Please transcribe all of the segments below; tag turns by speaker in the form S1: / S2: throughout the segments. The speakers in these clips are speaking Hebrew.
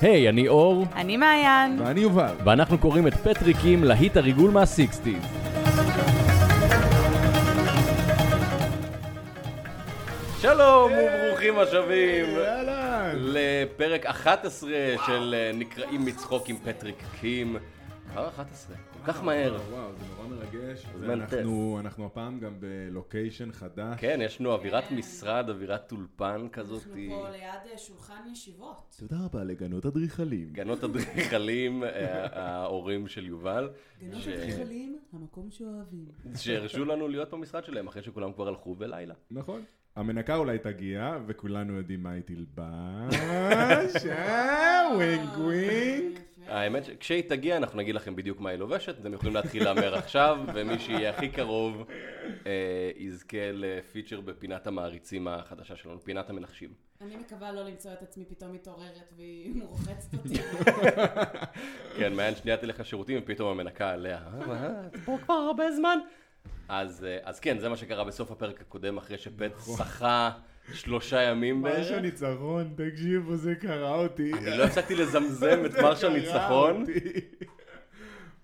S1: היי, אני אור,
S2: אני מעיין.
S3: ואני יובל.
S1: ואנחנו קוראים את פטריקים להיט הריגול מהסיקסטיז. שלום וברוכים השבים
S3: אהלן.
S1: לפרק 11 של אה, נקראים מצחוק עם פטריק קים. כבר 11, כל כך מהר.
S3: וואו, לא. זה נורא מרגש.
S1: זמן
S3: ואנחנו- אנחנו הפעם גם בלוקיישן חדש.
S1: כן, יש לנו אווירת משרד, אווירת אולפן כזאת.
S4: אנחנו פה ליד אה, שולחן ישיבות.
S3: תודה רבה לגנות אדריכלים.
S1: גנות אדריכלים, אה, ההורים של יובל,
S4: גנות
S1: ש-
S4: אדריכלים, המקום שאוהבים.
S3: אה,
S1: שהרשו לנו להיות במשרד שלהם אחרי שכולם כבר הלכו בלילה.
S3: נכון. המנקה אולי תגיע, וכולנו יודעים מה היא תלבש. אה, ווינג ווינג.
S1: האמת שכשהיא תגיע אנחנו נגיד לכם בדיוק מה היא לובשת, אתם יכולים להתחיל להמר עכשיו, ומי שיהיה הכי קרוב אה, יזכה לפיצ'ר בפינת המעריצים החדשה שלנו, פינת המנחשים.
S4: אני מקווה לא למצוא את עצמי פתאום מתעוררת והיא רוחצת אותי.
S1: כן, מעיין שנייה תלך לשירותים ופתאום המנקה עליה. "אה, מה, את פה כבר הרבה זמן. אז, אה, אז כן, זה מה שקרה בסוף הפרק הקודם, אחרי שפט
S3: נכון.
S1: שחה שלושה ימים
S3: מרש
S1: בערך.
S3: הניצחון, תקשיבו, זה קרע אותי.
S1: אני לא הפסקתי לזמזם את
S3: זה
S1: מרש
S3: קרע
S1: הניצחון.
S3: אותי.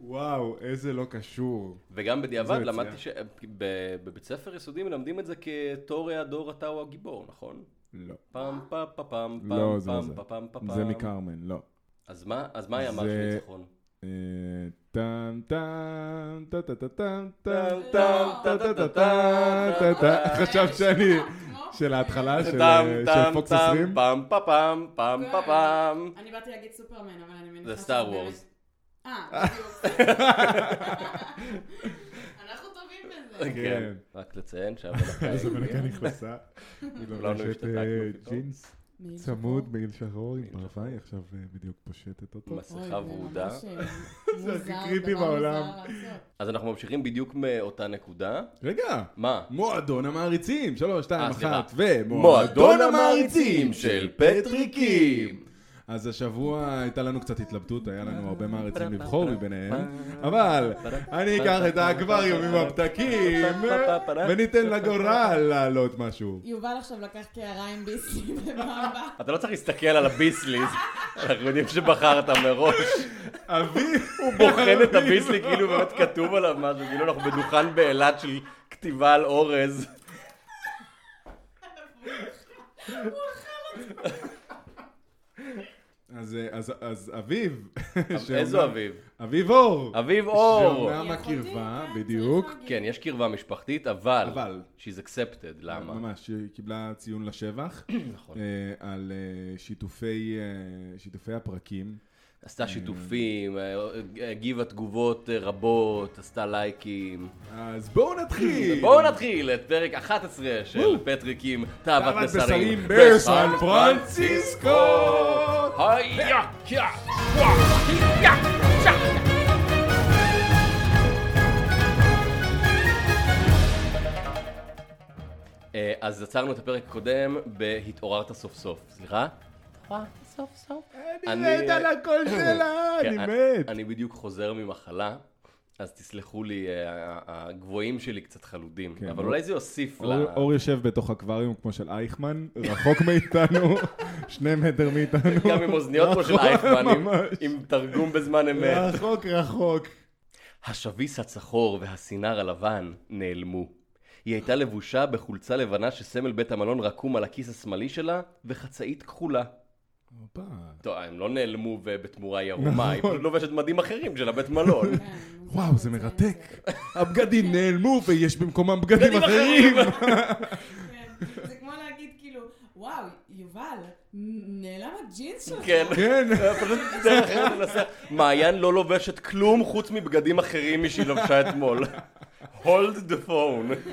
S3: וואו, איזה לא קשור.
S1: וגם בדיעבד
S3: זה מצוין.
S1: למדתי שבבית ספר יסודי מלמדים את זה כתיאוריה דור אתה הוא הגיבור, נכון?
S3: לא.
S1: פעם פעם פעם פעם
S3: לא, זה לא
S1: פעם
S3: זה.
S1: פעם פעם פעם
S3: זה מקרמן, לא.
S1: אז מה, אז מה היה
S3: זה-
S1: מרש ניצחון?
S3: אה, טאם טאם טה טה טה טאם טאם
S1: טאם,
S3: טאם טה טה טה טה
S4: אה,
S3: טה חשבת שאני של ההתחלה של
S1: טאם,
S3: אה, של
S1: טאם,
S3: פוקס
S1: טאם,
S3: 20?
S1: פעם פעם פעם פעם פעם פעם
S4: אה, אני באתי להגיד סופרמן, אבל אני מניחה
S1: זה סטאר
S4: שזה
S1: וורס.
S4: באמת- אה, בדיוק. אנחנו טובים בזה.
S3: אוקיי.
S1: כן, רק לציין שהמלאכה
S3: אז המנקה
S1: הגיעה.
S3: נכנסה, היא
S1: כולנו
S3: לובשת
S1: השתתקנו
S3: אה,
S1: פתאום.
S3: ג'ינס
S4: מעיל
S3: צמוד,
S4: שחור.
S3: מעיל שחור עם פרווה,
S1: שחור.
S3: היא עכשיו אה, בדיוק פושטת אותו.
S1: מס-
S4: אוי,
S1: שיחה
S4: זה
S1: ורודה.
S4: ממש, אה,
S3: זה הכי
S4: מוזר,
S3: קריפי
S4: דבר
S3: בעולם.
S4: מוזר לעשות.
S1: אז אנחנו ממשיכים בדיוק מאותה נקודה.
S3: רגע,
S1: מה?
S3: מועדון המעריצים, שלוש, שתיים,
S1: אה, סליחה.
S3: אחת, ומועדון המעריצים של פטריקים. אז השבוע הייתה לנו קצת התלבטות, היה לנו הרבה מעריצים לבחור מביניהם, אבל אני אקח את האקווריום עם הפתקים, וניתן לגורל לעלות משהו.
S4: יובל עכשיו לקח קערה עם ביסלי במעבר.
S1: אתה לא צריך להסתכל על הביסליס, אנחנו יודעים שבחרת מראש.
S3: אבי,
S1: הוא בוחן את הביסלי כאילו באמת כתוב עליו משהו, כאילו אנחנו בדוכן באילת של כתיבה על אורז.
S3: אז, אה, אז, אז אביב, לא.
S1: איזו אביב?
S3: אביב אור,
S1: אביב אור!
S3: שאומנם
S4: יכולתי,
S3: הקרבה,
S4: כן, צריך
S3: בדיוק,
S4: להגיד.
S1: כן, יש קרבה משפחתית, אבל...
S3: אבל.
S1: She's accepted, למה?
S3: ממש, היא קיבלה ציון לשבח,
S1: נכון.
S3: אה, על אה, שיתופי, אה, שיתופי הפרקים.
S1: עשתה שיתופים, אה, הגיבה תגובות אה, רבות, עשתה לייקים.
S3: אז בואו נתחיל!
S1: בואו נתחיל את פרק 11 של פטריקים, תאוות
S3: תאוות
S1: בשרים
S3: בשרים בסן פרנסיסקו!
S1: היה, יא, וואו, יא, יא. אה, אז עצרנו את הפרק הקודם בהתעוררת סוף סוף, סליחה? התעוררת סוף סוף?
S3: אני מת על הקול שלה, אני
S1: כן,
S3: מת!
S1: אני בדיוק חוזר ממחלה, אז תסלחו לי, אה, ה- הגבוהים שלי קצת חלודים,
S3: כן,
S1: אבל
S3: אור-
S1: אולי זה יוסיף ל...
S3: אור- אור יושב בתוך אקווריום כמו של אייכמן, רחוק מאיתנו, שני מטר מאיתנו.
S1: גם עם אוזניות כמו של
S3: רחוק,
S1: אייכמן, עם-
S3: ממש.
S1: עם תרגום בזמן אמת.
S3: רחוק רחוק.
S1: השביס הצחור והסינר הלבן נעלמו. היא הייתה לבושה בחולצה לבנה שסמל בית המלון רקום על הכיס השמאלי שלה, וחצאית כחולה.
S3: הופה.
S1: טוב, הם לא נעלמו ובתמורה היא ערומה,
S3: נכון.
S1: היא פשוט לובשת מדים אחרים של הבית מלון.
S4: כן, מוזר
S3: וואו, זה
S4: לציין את
S3: מרתק. הבגדים נעלמו ויש במקומם בגדים
S1: בגדים אחרים.
S3: אחרים.
S4: כן, זה כמו להגיד כאילו, וואו, יובל, נ- נעלם הג'ינס שלך.
S1: כן.
S3: כן.
S1: פשוט דרך אחרת לנסח. מעיין לא לובשת כלום חוץ מבגדים אחרים משהיא לבשה אתמול. hold the phone.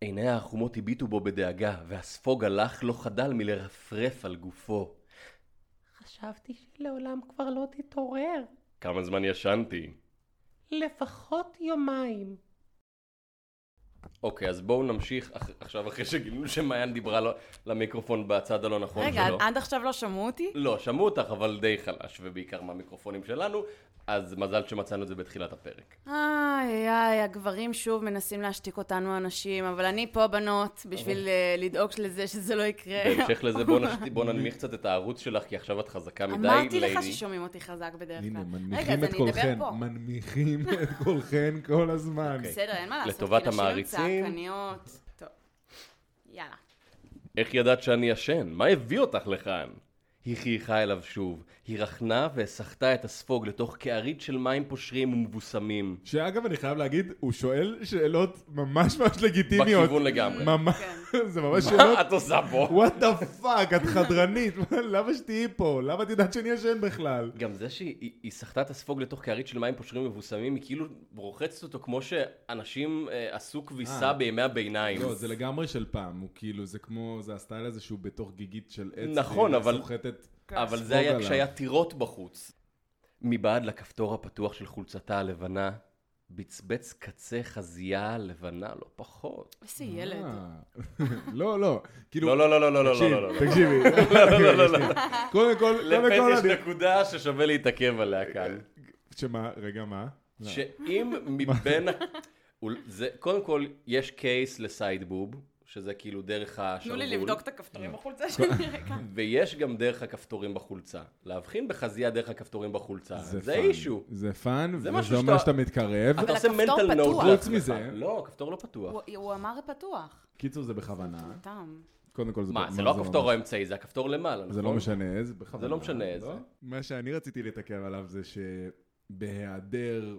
S1: עיניה החומות הביטו בו בדאגה, והספוג הלך לא חדל מלרפרף על גופו.
S5: חשבתי שלעולם כבר לא תתעורר,
S1: כמה זמן ישנתי.
S5: לפחות יומיים.
S1: אוקיי, אז בואו נמשיך אח- עכשיו, אחרי שגילינו שמעיין דיברה לו- למיקרופון בצד הלא נכון
S2: רגע,
S1: שלו.
S2: עד עכשיו לא שמעו אותי?
S1: לא, שמעו אותך, אבל די חלש, ובעיקר מהמיקרופונים שלנו, אז מזל שמצאנו את זה בתחילת הפרק.
S2: איי, איי, הגברים שוב מנסים להשתיק אותנו הנשים, אבל אני פה, בנות, בשביל אה, לדאוג לזה שזה לא יקרה.
S1: בהמשך לזה, בוא נשת- בוא ננמיך קצת את הערוץ שלך, כי עכשיו את חזקה מדי,
S2: אמרתי לך
S1: ליידי.
S2: ששומעים אותי חזק בדרך כלל.
S3: הנה,
S2: רגע, אז
S3: מנמיכים
S2: אני
S3: את
S2: אדבר
S3: קולכן,
S2: פה. אוקיי.
S3: מנמיכים את קולכן כל הזמן.
S2: בסדר, אין מה לעשות.
S1: לטובת
S2: כי נשים הן
S1: המעריצים.
S2: צעקניות. טוב. יאללה.
S1: איך ידעת שאני ישן? מה הביא אותך לכאן? היא חייכה אליו שוב. היא רכנה וסחטה את הספוג לתוך קערית של מים פושרים ומבוסמים.
S3: שאגב, אני חייב להגיד, הוא שואל שאלות ממש ממש לגיטימיות.
S1: בכיוון
S2: כן,
S1: לגמרי.
S3: ממש, זה ממש שאלות,
S1: מה את עושה פה?
S3: וואט דה פאק, את חדרנית, מה, למה שתהיי פה? למה את יודעת שאני ישן בכלל?
S1: גם זה שהיא היא- היא סחטה את הספוג לתוך קערית של מים פושרים מבוסמים, היא כאילו רוחצת אותו כמו שאנשים אה, עשו כביסה
S3: אה.
S1: בימי הביניים.
S3: לא, זה לגמרי של פעם, הוא כאילו, זה כמו, זה הסטייל הזה שהוא בתוך גיגית של עץ.
S1: נכון,
S3: והיא
S1: אבל-
S3: סוחטת.
S1: אבל
S3: ספוג
S1: זה היה
S3: עליו.
S1: כשהיה טירות בחוץ. מבעד לכפתור הפתוח של חולצתה הלבנה, בצבץ קצה חזייה לבנה לא פחות.
S2: איזה ילד.
S3: אה. לא, לא, כאילו,
S1: לא, לא, לא, לא, לא, לא, לא,
S3: תקשיב,
S1: לא, לא.
S3: תקשיבי.
S1: לא, לא, לא.
S3: קודם כל, קודם כל,
S1: לפט יש
S3: אני-
S1: נקודה ששווה להתעכב עליה כאן.
S3: שמה, רגע, מה? לא.
S1: שאם מבין... ה- אול- זה- קודם כל, יש קייס לסיידבוב, שזה כאילו דרך
S2: תנו
S1: השרוול.
S2: לי לבדוק את
S1: לא.
S2: הכפתורים בחולצה שלי רגע.
S1: ויש גם דרך הכפתורים בחולצה. להבחין בחזייה דרך הכפתורים בחולצה. זה
S3: פאן.
S1: אישו.
S3: זה פאן,
S1: זה
S3: וזה
S1: משהו
S3: אומר
S1: שאתה-
S3: שאתה מתקרב.
S1: אתה
S2: אבל
S1: עושה
S2: הכפתור
S1: mental
S2: פתוח.
S1: note
S3: חוץ
S1: לעצמך.
S3: מזה-
S1: לא, הכפתור לא פתוח.
S2: הוא- הוא אמר פתוח.
S3: קיצור, זה בכוונה.
S2: מטומטם.
S3: קודם כל, זה
S1: מה,
S3: ב-
S1: זה לא
S3: ממש-
S1: הכפתור האמצעי, זה הכפתור למעלה, נכון?
S3: זה לא משנה, זה בכוונה.
S1: זה לא משנה,
S3: לא?
S1: זה.
S3: מה שאני רציתי להתעכב עליו זה שבהיעדר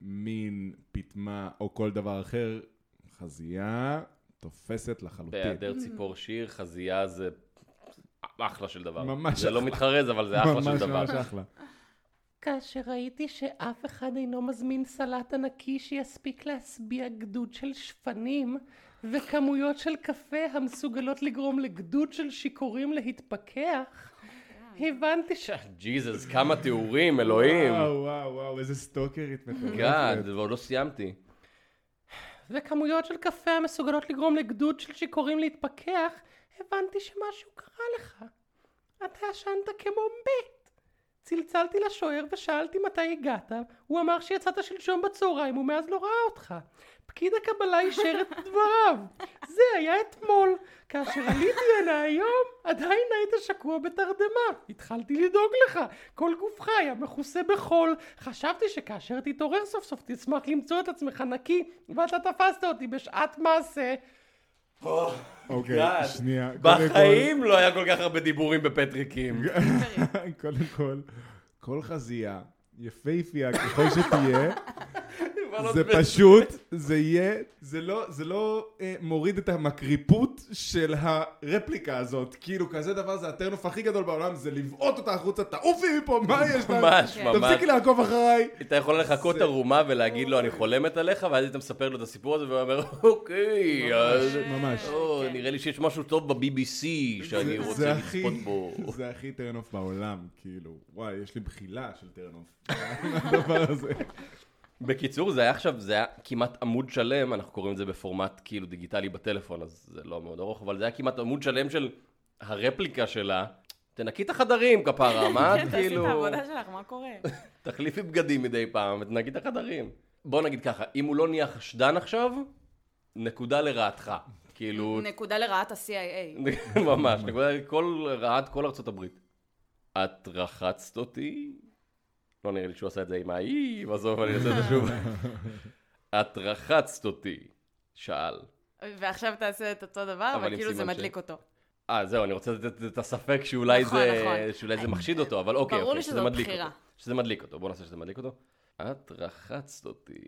S3: מין, פיטמה או כל דבר אחר, חזייה תופסת לחלוטין.
S1: בהיעדר ציפור שיר, חזייה זה אחלה של דבר.
S3: ממש
S1: זה לא
S3: אחלה.
S1: מתחרז, אבל זה אחלה של
S3: ממש
S1: דבר.
S3: ממש אחלה.
S5: כאשר ראיתי שאף אחד אינו מזמין סלט ענקי שיספיק להשביע גדוד של שפנים וכמויות של קפה המסוגלות לגרום לגדוד של שיכורים להתפכח, הבנתי ש...
S1: ג'יזוס, כמה תיאורים, אלוהים.
S3: וואו, וואו, וואו, איזה סטוקרית
S1: גאד,
S3: מטורפת.
S1: ועוד לא סיימתי.
S5: וכמויות של קפה המסוגלות לגרום לגדוד של שיכורים להתפכח, הבנתי שמשהו קרה לך. אתה ישנת כמו מת. צלצלתי לשוער ושאלתי מתי הגעת, הוא אמר שיצאת שלשום בצהריים ומאז לא ראה אותך. פקיד הקבלה אישר את דבריו. זה היה אתמול. כאשר עליתי הנה היום, עדיין היית שקוע בתרדמה. התחלתי לדאוג לך. כל גופך היה מכוסה בחול. חשבתי שכאשר תתעורר סוף סוף תשמח למצוא את עצמך נקי, ואתה תפסת אותי בשעת מעשה.
S3: אוקיי,
S1: גאד.
S3: שנייה. קודם כל-
S1: בחיים לא היה כל כך הרבה דיבורים בפטריקים.
S3: קודם כל, כל חזייה, יפייפייה ככל שתהיה,
S1: לא
S3: זה פשוט, זה יהיה, זה לא, זה לא אה, מוריד את המקריפות של הרפליקה הזאת. כאילו, כזה דבר זה הטרנוף הכי גדול בעולם, זה לבעוט אותה החוצה, תעופי מפה, מה יש לך?
S1: ממש,
S2: כן.
S1: ממש.
S3: תפסיקי לעקוב אחריי.
S1: אתה יכול לחכות
S3: זה-
S1: ערומה ולהגיד לו, אני חולמת עליך, ואז אתה מספר לו את הסיפור הזה, והוא אומר, אוקיי, אז...
S3: ממש. כן.
S1: או, נראה לי שיש משהו טוב ב-BBC כאילו שאני
S3: זה-
S1: רוצה
S3: זה הכי-
S1: לצפות בו.
S3: זה הכי טרנוף בעולם, כאילו. וואי, יש לי בחילה של טרנוף. הדבר הזה.
S1: בקיצור, זה היה עכשיו, זה היה כמעט עמוד שלם, אנחנו קוראים לזה בפורמט כאילו דיגיטלי בטלפון, אז זה לא מאוד ארוך, אבל זה היה כמעט עמוד שלם של הרפליקה שלה. תנקי את החדרים, כפרה, מה את
S2: תעשי את
S1: כאילו...
S2: העבודה שלך, מה קורה?
S1: תחליפי בגדים מדי פעם ותנקי את החדרים. בוא נגיד ככה, אם הוא לא נהיה חשדן עכשיו, נקודה לרעתך. כאילו,
S2: נקודה לרעת ה-CIA.
S1: ממש, נקודה- כל רעת כל ארצות הברית. את רחצת אותי? לא נראה לי שהוא עשה את זה עם האי, בסוף אני אעשה את זה שוב. את רחצת אותי, שאל.
S2: ועכשיו תעשה את אותו דבר,
S1: אבל
S2: אבל
S1: עם
S2: כאילו זה
S1: סימן ש-
S2: מדליק אותו.
S1: אה, זהו, אני רוצה לתת את הספק שאולי
S2: נכון,
S1: זה-
S2: נכון.
S1: שאולי זה מחשיד אותו, אבל אוקיי,
S2: ברור לי
S1: אוקיי, שזה
S2: שזאת
S1: מדליק
S2: בחירה.
S1: אותו. שזה מדליק אותו, בוא נעשה שזה מדליק אותו. את רחצת אותי.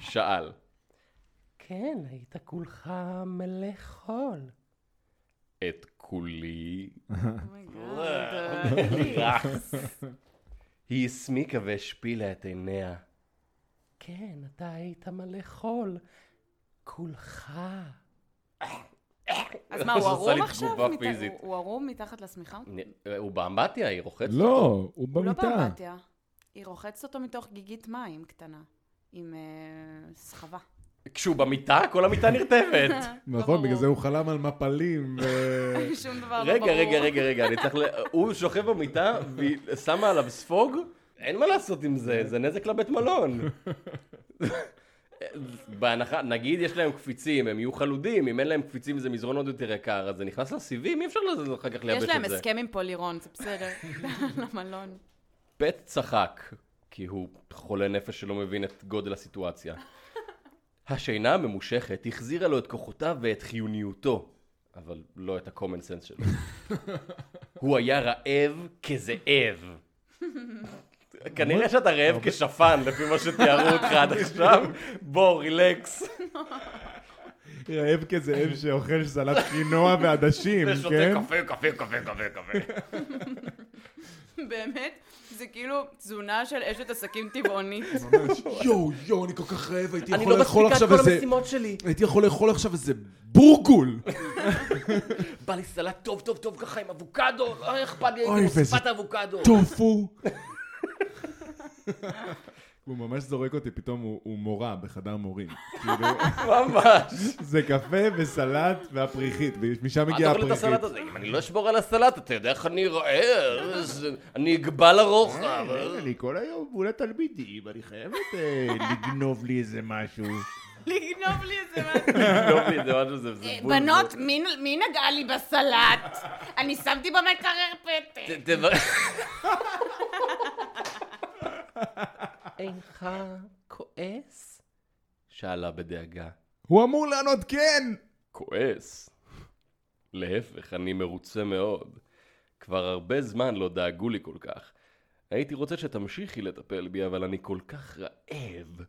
S1: שאל.
S5: כן, היית כולך מלא חול.
S1: את כולי
S2: Oh אומייגאד.
S1: היא הסמיקה והשפילה את עיניה.
S5: כן, אתה היית מלא חול. כולך.
S2: אז מה, הוא
S1: זה עשה לי
S2: ערום עכשיו?
S1: תגובה
S2: מת-
S1: פיזית.
S2: הוא- הוא ערום מתחת לשמיכה?
S1: נ- הוא באמבטיה, היא רוחצת.
S3: לא, הוא
S2: הוא לא
S3: במיטה.
S2: באמבטיה. היא רוחצת אותו מתוך גיגית מים קטנה, עם אה, סחבה.
S1: כשהוא במיטה, כל המיטה נרטבת.
S3: נכון, בגלל זה הוא חלם על מפלים. ו-
S2: שום דבר לא ברור.
S1: אה, רגע, רגע, רגע, רגע, אני צריך ל... הוא שוכב במיטה והיא שמה עליו ספוג? אין מה לעשות עם זה, זה נזק לבית מלון. בהנחה, נגיד יש להם קפיצים, הם יהיו חלודים, אם אין להם קפיצים זה מזרון עוד יותר יקר, אז זה נכנס לסיבים, אי אפשר לזה אחר כך לייבש
S2: יש
S1: את זה.
S2: להם הסכם עם פולירון, זה בסדר. לא? למלון.
S1: פט צחק, כי הוא חולה נפש שלא מבין את גודל הסיטואציה. השינה הממושכת החזירה לו את כוחותיו ואת חיוניותו, אבל לא את ה-common sense שלו. הוא היה רעב כזאב. כנראה שאתה רעב כשפן, לפי מה שתיארו אותך עד עכשיו. בוא, רילקס,
S3: רעב כזאב שאוכל סלט קינוע ועדשים,
S1: ושותה
S3: כן?
S1: קפה, קפה, קפה, קפה, קפה.
S2: באמת, זה כאילו תזונה של אשת עסקים טבעונית.
S3: יואו, יואו, אני כל כך רעב, הייתי
S1: אני לא מספיקה את כל המשימות שלי.
S3: הייתי יכול לאכול עכשיו איזה בורגול!
S1: בא לי סלט טוב, טוב, טוב ככה עם אבוקדו, לא אכפת לי,
S3: אוי,
S1: הייתי
S3: וזה-
S1: מוסיפת אבוקדו.
S3: טופו. הוא ממש זורק אותי, פתאום הוא, הוא מורה בחדר מורים. כאילו,
S1: ממש.
S3: זה קפה וסלט והפריחית, ומשם
S1: אל
S3: מגיעה
S1: תאכלו את
S3: הפריחית.
S1: הסלט הזה. אם אני אה, לא אשבור על הסלט, אתה יודע איך אני אראה, אז אני אגבל לרוחב.
S3: אה, אני כל היום מול התלמידים, אני חייבת לגנוב לי איזה משהו.
S2: לגנוב לי איזה משהו.
S1: טוב לי, זה משהו, לא זה- זה בול.
S2: אה, בנות, מי- מי נגעה לי בסלט? אני שמתי במקרר פתק.
S1: ת- תב-
S5: אינך כועס?
S1: שאלה בדאגה.
S3: הוא אמור לענות כן!
S1: כועס. להפך, אני מרוצה מאוד. כבר הרבה זמן לא דאגו לי כל כך. הייתי רוצה שתמשיכי לטפל בי, אבל אני כל כך רעב.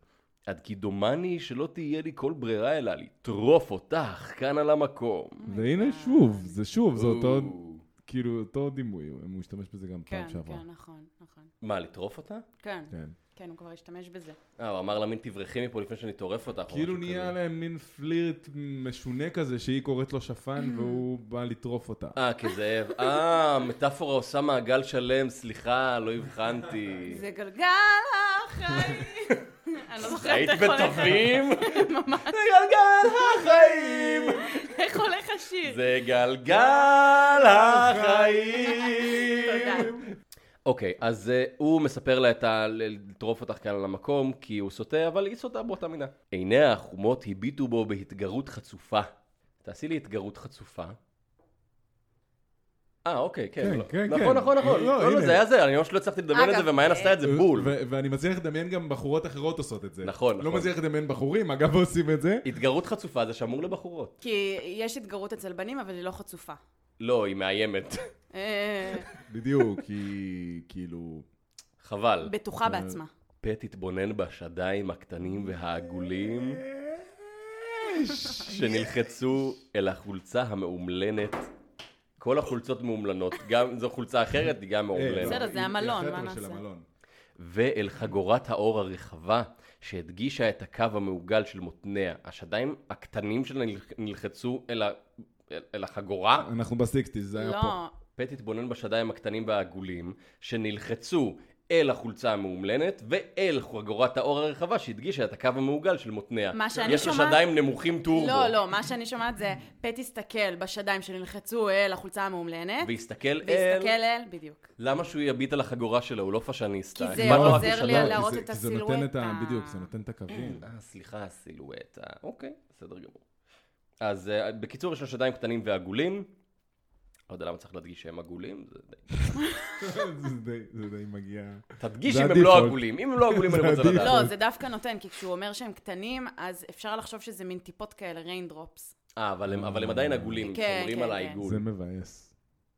S1: עד כי דומני שלא תהיה לי כל ברירה אלא לטרוף אותך כאן על המקום.
S3: והנה שוב, זה שוב, זה אותו,
S1: או.
S3: כאילו, אותו דימוי, הוא משתמש בזה גם
S2: כן,
S3: פעם שעברה.
S2: כן, נכון, נכון.
S1: מה, לטרוף אותה?
S2: כן,
S3: כן.
S2: כן, הוא כבר השתמש בזה.
S1: אה, הוא אמר לה מין תברחי מפה לפני שאני טורף אותך. או
S3: כאילו
S1: משהו
S3: נהיה
S1: כזה.
S3: להם מין פלירט משונה כזה, שהיא קוראת לו שפן והוא בא לטרוף אותה.
S1: אה, כזאב. אה, מטאפורה עושה מעגל שלם, סליחה, לא הבחנתי.
S2: זה גלגל החיים. אני לא זוכרת
S1: היית
S2: איך הולך
S1: בתווים?
S2: ממש.
S1: זה גלגל החיים!
S2: איך הולך השיר.
S1: זה גלגל
S2: לא
S1: החיים!
S2: תודה.
S1: אוקיי, אז אה, הוא מספר לה את ה... לטרוף אותך כאן על המקום, כי הוא סוטה, אבל היא סוטה באותה מינה. עיניה החומות הביטו בו בהתגרות חצופה. תעשי לי התגרות חצופה. אה, אוקיי, כן.
S3: כן,
S1: לא.
S3: כן,
S1: נכון,
S3: כן.
S1: נכון, נכון.
S3: לא,
S1: לא, לא,
S3: הנה. אה,
S1: זה היה זה, אני ממש לא הצלחתי לדמיין את
S2: אגב,
S1: זה, ומעיין עשתה את זה בול.
S3: ו- ואני מצליח לדמיין גם בחורות אחרות עושות את זה.
S1: נכון,
S3: לא
S1: נכון.
S3: מצליח לדמיין בחורים, אגב עושים את זה.
S1: התגרות חצופה זה שמור לבחורות.
S2: כי יש התגרות אצל בנים, אבל היא לא חצופה.
S1: לא, היא מאיימת.
S2: אה,
S3: בדיוק, כי כאילו...
S1: חבל.
S2: בטוחה בעצמה.
S1: פט התבונן בשדיים הקטנים והעגולים שנלחצו אל החולצה המאומלנת. כל החולצות מאומלנות, גם זו חולצה אחרת, היא גם מאומלנת.
S2: בסדר. זה
S3: אה, היא-
S2: המלון,
S3: היא
S2: מה
S3: החבר'ה של
S2: נעשה?
S3: המלון.
S1: ואל חגורת האור הרחבה שהדגישה את הקו המעוגל של מותניה. השדיים הקטנים שלה נלח- נלחצו אל ה- אל- אל החגורה.
S3: אנחנו בסיקסטיז, זה היה פה.
S2: לא,
S1: פט התבונן בשדיים הקטנים והעגולים, שנלחצו אל החולצה המאומלנת ואל חגורת האור הרחבה שהדגישה את הקו המעוגל של מותניה.
S2: מה שאני
S1: יש
S2: שומעת-
S1: יש שדיים נמוכים טורבו.
S2: לא, לא, מה שאני שומעת זה, פט הסתכל בשדיים שנלחצו אל החולצה המאומלנת,
S1: והסתכל
S2: והסתכל
S1: אל...
S3: אה,
S2: אל, בדיוק.
S1: למה שהוא יביט על החגורה שלו? הוא לא פאשניסטה.
S2: כי זה
S1: אכפת לו רק
S2: עוזר לי
S1: לשדיים.
S3: כי
S2: להראות
S3: זה-
S2: את
S3: כי זה נותן את ה-
S2: הסילואטה.
S3: בדיוק, זה נותן את הקווים.
S1: אה, סליחה, סילואטה. אוקיי, בסדר גמור. אז אה, בקיצור, יש לו שדיים קטנים ועגולים. לא יודע למה צריך להדגיש שהם עגולים. זה די-
S3: זה די- זה די מגיע.
S1: תדגיש
S3: זה
S1: אם הם לא
S3: הדיפולט.
S1: עגולים. אם הם לא עגולים,
S3: זה
S1: אני רוצה לדעת.
S3: הדיפולט.
S2: לא, זה דווקא נותן, כי כשהוא אומר שהם קטנים, אז אפשר לחשוב שזה מין טיפות כאלה, ריינדרופס.
S1: אה, אבל הם- אבל הם עדיין עגולים,
S2: לא, כן,
S1: שומרים
S2: כן,
S1: על
S2: כן.
S1: העיגול.
S3: זה מבאס.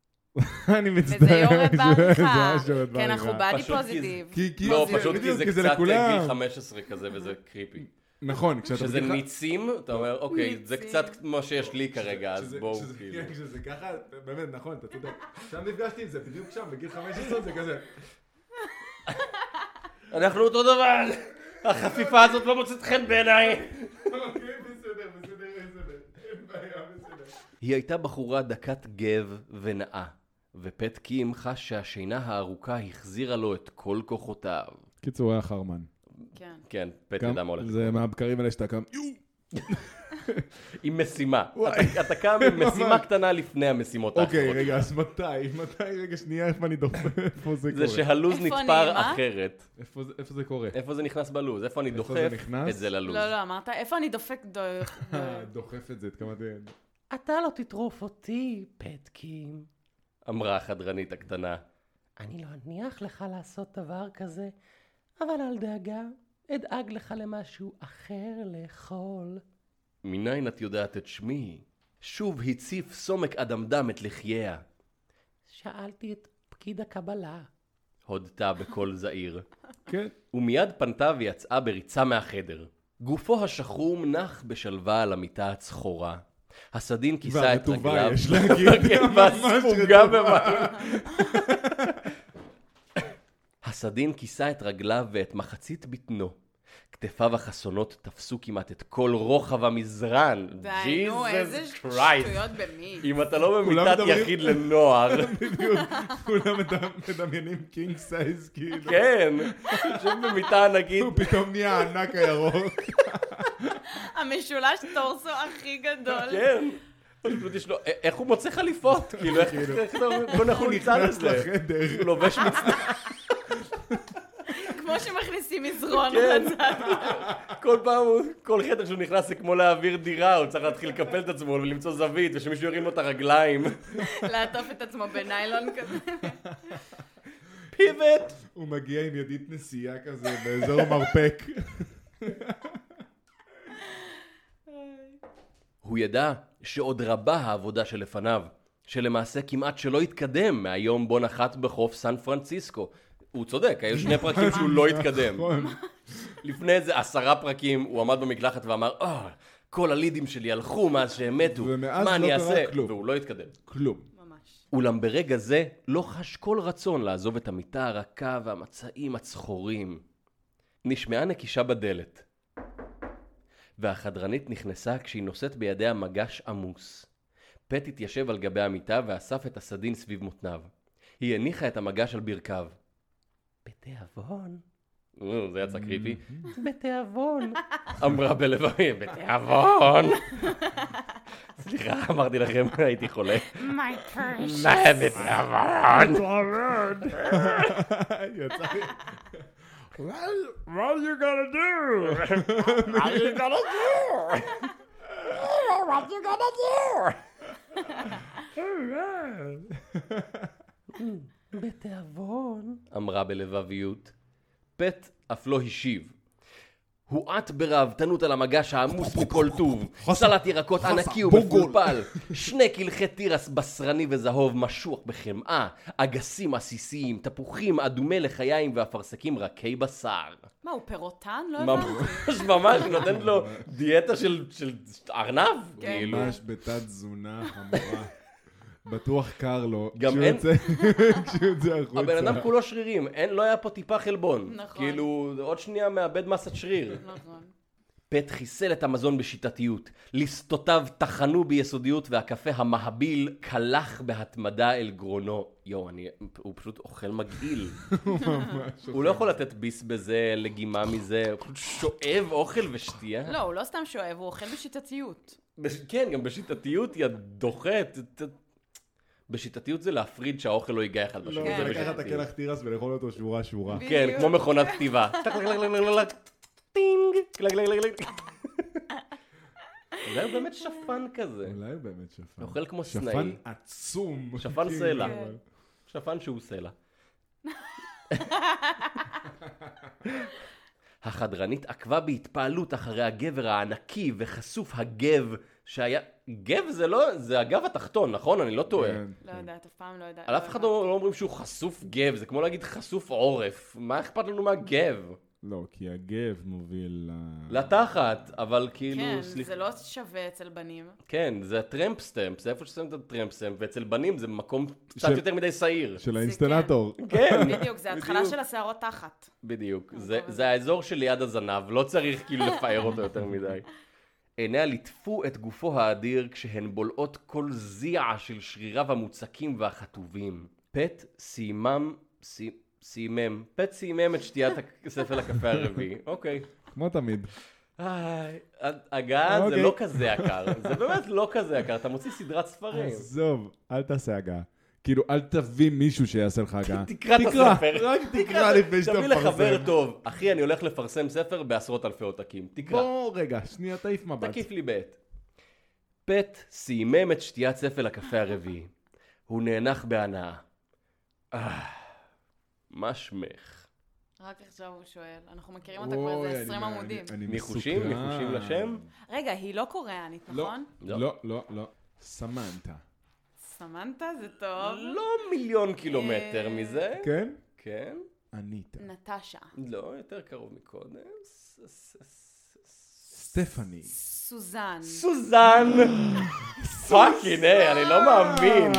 S3: אני מצטער.
S2: וזה יורד
S3: זה- זה
S2: בעריכה.
S3: ממש יורד
S2: כן,
S3: בעריכה.
S2: אנחנו באדי
S1: פשוט כי זה-
S2: פוזיטיב.
S3: כי- כי-
S1: לא,
S3: זה-
S1: פשוט כי
S3: בדיוק,
S1: זה קצת
S3: לכולם.
S1: גיל 15 כזה, וזה קריפי.
S3: נכון, כשאתה
S1: שזה
S3: בגיל ח-
S1: ניצים, אתה אומר, אוקיי, זה
S2: ניצים.
S1: קצת כמו שיש לי כרגע, אז
S3: שזה-
S1: בואו,
S3: שזה-
S1: כאילו.
S3: כן, כשזה ככה, באמת, נכון, אתה צודק. שם נפגשתי עם זה, בדיוק שם, בגיל 15 זה כזה.
S1: אנחנו אותו דבר! החפיפה הזאת לא מוצאת חן בעיניי!
S3: אוקיי, בסדר, בסדר, בסדר. אין בעיה, בסדר.
S1: היא הייתה בחורה דקת גב ונאה, ופט קים חש שהשינה הארוכה החזירה לו את כל כוחותיו.
S3: קיצור, היה חרמן.
S2: כן.
S1: כן, פט ידע מה הולך.
S3: זה מהבקרים האלה שאתה קם, יואו,
S1: עם משימה. אתה- אתה קם עם משימה קטנה לפני המשימות
S3: אוקיי,
S1: האחרות.
S3: רגע, אז מתי? מתי? רגע, שנייה, איפה אני דוחף? איפה זה
S1: זה
S3: קורה?
S1: שהלו"ז
S2: איפה אני,
S1: נתפר
S2: מה?
S1: אחרת.
S3: איפה זה- איפה זה קורה?
S1: איפה זה נכנס בלו"ז? איפה אני
S3: איפה
S1: דוחף
S3: זה נכנס?
S1: את זה ללו"ז?
S2: לא, לא, אמרת, איפה אני דופק דו...
S3: אה, דוחף את זה, התכוונתי...
S5: אתה לא תטרוף אותי, פטקין.
S1: אמרה החדרנית הקטנה.
S5: אני לא אניח לך לעשות דבר כזה, אבל אל דאגה, אדאג לך למשהו אחר לאכול.
S1: מניין את יודעת את שמי? שוב הציף סומק אדמדם את לחייה.
S5: שאלתי את פקיד הקבלה.
S1: הודתה בקול זעיר.
S3: כן.
S1: ומיד פנתה ויצאה בריצה מהחדר. גופו השחום נח בשלווה על המיטה הצחורה. הסדין כיסה את
S3: והרטובה,
S1: רגליו.
S3: יש להגיד.
S1: כן,
S3: ממש
S1: והספוגה
S3: רטובה.
S1: במים. הסדין כיסה את רגליו ואת מחצית בטנו. כתפיו החסונות תפסו כמעט את כל רוחב המזרן.
S2: די, נו, איזה
S1: ג'יזוס
S2: שטויות
S1: קרייסט.
S2: במי.
S1: אם אתה לא
S3: כולם
S1: במיטת
S3: מדברים-
S1: יחיד לנוער,
S3: בדיוק, כולם מדמ- מדמיינים קינג סייז, כאילו.
S1: כן, יושב במיטה ענקית,
S3: הוא פתאום נהיה הענק הירוק.
S2: המשולש טורסו הכי גדול.
S1: כן. פשוט יש לו, א- איך הוא מוצא חליפות? כאילו, איך-
S3: כאילו.
S1: איך אתה אומר, בוא אנחנו נצעד את
S3: נכנס
S1: זה.
S3: לחדר.
S1: הוא לא- לובש מצטער,
S2: כמו שמכניסים מזרון
S1: כן.
S2: לצד.
S1: כל פעם, הוא- כל חדר שהוא נכנס זה כמו להעביר דירה, הוא צריך להתחיל לקפל את עצמו ולמצוא זווית, ושמישהו ירים לו את הרגליים.
S2: לעטוף את עצמו בניילון כזה.
S1: פיבט!
S3: הוא מגיע עם ידית נסיעה כזה באזור המרפק.
S1: הוא ידע שעוד רבה העבודה שלפניו, שלמעשה כמעט שלא התקדם מהיום בו נחת בחוף סן פרנסיסקו. הוא צודק, היו שני פרקים שהוא לא התקדם.
S3: נכון.
S1: לפני איזה עשרה פרקים, הוא עמד במקלחת ואמר, אה, כל הלידים שלי הלכו מאז שהם מתו,
S3: ומאז
S1: מה
S3: לא
S1: אני
S3: קרה
S1: אעשה?
S3: כלום.
S1: והוא לא התקדם.
S3: כלום.
S2: ממש.
S1: אולם ברגע זה לא חש כל רצון לעזוב את המיטה הרכה והמצעים הצחורים. נשמעה נקישה בדלת, והחדרנית נכנסה כשהיא נושאת בידיה מגש עמוס. פט התיישב על גבי המיטה ואסף את הסדין סביב מותניו. היא הניחה את המגש על ברכיו.
S5: בתיאבון,
S3: Mm.
S1: "אה, זה יצא קריפי.
S5: בתיאבון.
S1: אמרה בלבבי, בתיאבון. סליחה, אמרתי לכם, הייתי חולה.
S2: מי פרש.
S1: "מה, בתיאבון.
S3: יצא לי- What- what you gonna do?
S5: בתיאבון.
S1: אמרה בלבביות. פט אף לא השיב. הועט ברהבתנות על המגש העמוס מכל טוב. סלט ירקות ענקי ומפולפל. שני קלחי תירס בשרני וזהוב משוח בחמאה. אגסים עסיסיים, תפוחים אדומי לחיים ואפרסקים רקי בשר.
S2: מה, הוא פירוטן? לא הבנתי.
S1: ממש ממש נותנת לו דיאטה של של ארנב,
S2: כן.
S1: כאילו.
S3: ממש בתת תזונה חמורה. בטוח קר לו.
S1: גם
S3: כשהוא
S1: אין-
S3: יוצא- כשהוא יוצא החוצה.
S1: הבן אדם כולו שרירים, אין, לא היה פה טיפה חלבון.
S2: נכון.
S1: כאילו, עוד שנייה מאבד מסת שריר.
S2: נכון.
S1: פט חיסל את המזון בשיטתיות. לסטותיו טחנו ביסודיות והקפה המהביל קלח בהתמדה אל גרונו. יואו, אני... הוא פשוט אוכל מגעיל. הוא לא יכול לתת ביס בזה, לגימה מזה, הוא פשוט שואב אוכל ושתייה.
S2: לא, הוא לא סתם שואב, הוא אוכל בשיטתיות.
S1: בש... כן, גם בשיטתיות היא הדוחת. ת- ת- בשיטתיות זה להפריד שהאוכל לא ייגע אחד בשני. זה
S3: לא, זה לקחת את
S1: בשיטתיות.
S3: הקלח תירס ולאכול אותו שורה שורה.
S1: כן,
S2: בדיוק.
S1: כמו מכונת כתיבה. טק, טק, טק, טק, טק, טינג, קלק, קלק, קלק, קלק. אולי הוא באמת שפן כזה.
S3: אולי הוא באמת שפן.
S1: אוכל כמו
S3: שפן
S1: סנאי.
S3: עצום.
S1: שפן
S3: כאילו,
S1: סלע.
S3: אבל-
S1: שפן שהוא סלע. החדרנית עקבה בהתפעלות אחרי הגבר הענקי וחשוף הגב שהיה... גב זה לא... זה הגב התחתון, נכון? אני לא טועה.
S3: כן.
S2: לא יודעת, אף פעם לא יודעת.
S1: על אף אחד לא לא אומרים שהוא חשוף גב, זה כמו להגיד חשוף עורף. מה אכפת לנו מהגב?
S3: לא, כי הגב מוביל
S1: לא.
S3: ל...
S1: לתחת, אבל
S2: כן,
S1: כאילו, סליחה.
S2: זה לא שווה אצל בנים.
S1: כן, זה הטרמפ סטמפ, זה איפה ששמים את הטרמפ סטמפ, ואצל בנים זה מקום קצת
S3: של-
S1: יותר מדי שעיר.
S3: של האינסטלטור.
S1: כן,
S2: בדיוק, זה התחלה
S1: בדיוק.
S2: של השערות תחת.
S1: בדיוק. זה-
S2: נכון.
S1: זה האזור שליד הזנב, לא צריך כאילו לפאר אותו יותר מדי. עיניה ליטפו את גופו האדיר כשהן בולעות כל זיעה של שריריו המוצקים והחטובים. פט סיימם, סי- סיימם, פט סיימם את שתיית הספל הקפה הרביעי. אוקיי.
S3: כמו תמיד.
S1: איי, הגעה אה, זה
S3: אוקיי.
S1: לא כזה יקר, זה באמת לא כזה יקר, אתה מוציא סדרת ספרים.
S3: עזוב, אל תעשה הגעה. כאילו, אל תביא מישהו שיעשה לך הגעה.
S1: תקרא את הספר.
S3: רק תקרא לפני שאתה
S1: תביא לחבר
S3: מפרסם.
S1: טוב, אחי, אני הולך לפרסם ספר בעשרות אלפי עותקים, תקרא.
S3: בוא, רגע, שנייה, תעיף מבט.
S1: תקיף לי בעת. פט סיימם את שתיית ספל הקפה הרביעי. הוא נאנח בהנאה. "אה, מה שמך?
S2: רק עכשיו הוא שואל. אנחנו מכירים אותה כבר איזה 20 עמודים.
S1: ניחושים? ניחושים לשם?
S2: רגע, היא לא קוריאנית,
S3: לא,
S2: נכון?
S3: לא, לא, לא. סמנתה.
S2: סמנתה זה טוב.
S1: לא מיליון קילומטר
S2: אה,
S1: מזה.
S3: כן?
S1: כן.
S3: אניטה.
S2: נטשה.
S1: לא, יותר קרוב מקודם. ס- ס- ס- ס-
S3: סטפני.
S2: סוזן.
S1: סוזן! פאקינג, היי, אני לא מאמין.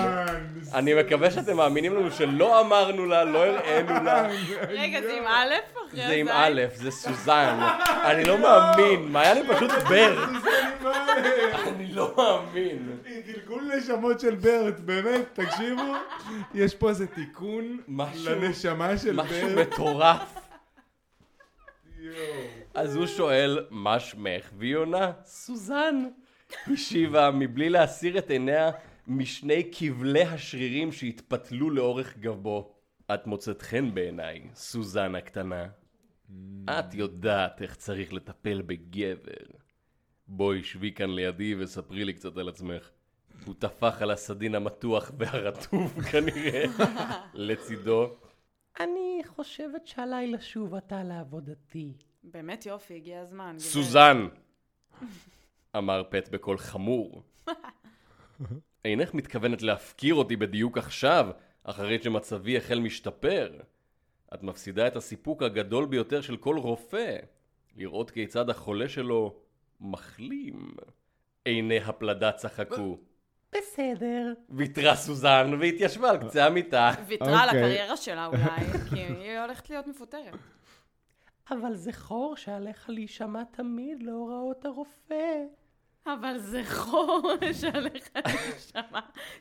S1: אני מקווה שאתם מאמינים לנו שלא אמרנו לה, לא הראינו לה.
S2: רגע, זה עם א' אחרי
S1: זה עם
S2: הזין?
S1: א', זה סוזן. אני לא מאמין, מעיין היא פשוט בר. אני לא מאמין.
S3: גלגול נשמות של ברט, באמת, תקשיבו. יש פה איזה תיקון
S1: משהו-
S3: לנשמה של
S1: משהו
S3: ברט.
S1: מטורף. אז הוא שואל, מה שמך? והיא עונה, סוזן. השיבה מבלי להסיר את עיניה משני כבלי השרירים שהתפתלו לאורך גבו. את מוצאת חן בעיניי, סוזן הקטנה. את יודעת איך צריך לטפל בגבר. בואי שבי כאן לידי וספרי לי קצת על עצמך. הוא טפח על הסדין המתוח והרטוב כנראה לצידו.
S5: אני חושבת שעליי לשוב עתה לעבודתי.
S2: באמת יופי, הגיע הזמן. גברת.
S1: סוזן! אמר פט בקול חמור. אינך מתכוונת להפקיר אותי בדיוק עכשיו, אחרי שמצבי החל משתפר. את מפסידה את הסיפוק הגדול ביותר של כל רופא, לראות כיצד החולה שלו מחלים. עיני הפלדה צחקו.
S5: בסדר.
S1: ויתרה סוזן והתיישבה על קצה המיטה.
S2: ויתרה על
S3: אוקיי.
S2: הקריירה שלה אולי, כי היא הולכת להיות מפוטרת.
S5: אבל זה חור שעליך להישמע תמיד להוראות הרופא.
S2: אבל זה חור שעליך להישמע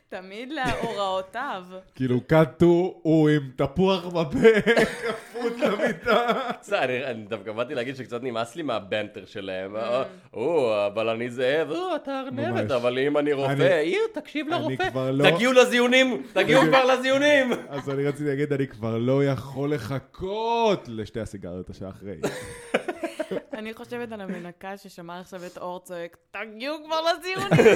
S2: תמיד להוראותיו.
S3: כאילו, קאטו הוא עם תפוח בפה, כפות למיטה.
S1: בסדר, אני אני דווקא באתי להגיד שקצת נמאס לי מהבנטר שלהם. אה, או, אבל אני זאב.
S5: או, אתה ארנבת.
S1: באמת, אבל אם אני רופא,
S3: אני-
S1: אי,
S5: עיר, תקשיב
S3: אני
S5: לרופא.
S3: כבר לא...
S1: תגיעו לזיונים! תגיעו
S3: בדיוק.
S1: כבר לזיונים!
S3: אז אני רציתי להגיד, אני כבר לא יכול לחכות לשתי הסיגריות השעה אחרי.
S2: אני חושבת על המנקה ששמעה עכשיו את אור צועק, תגיעו כבר לזיונים.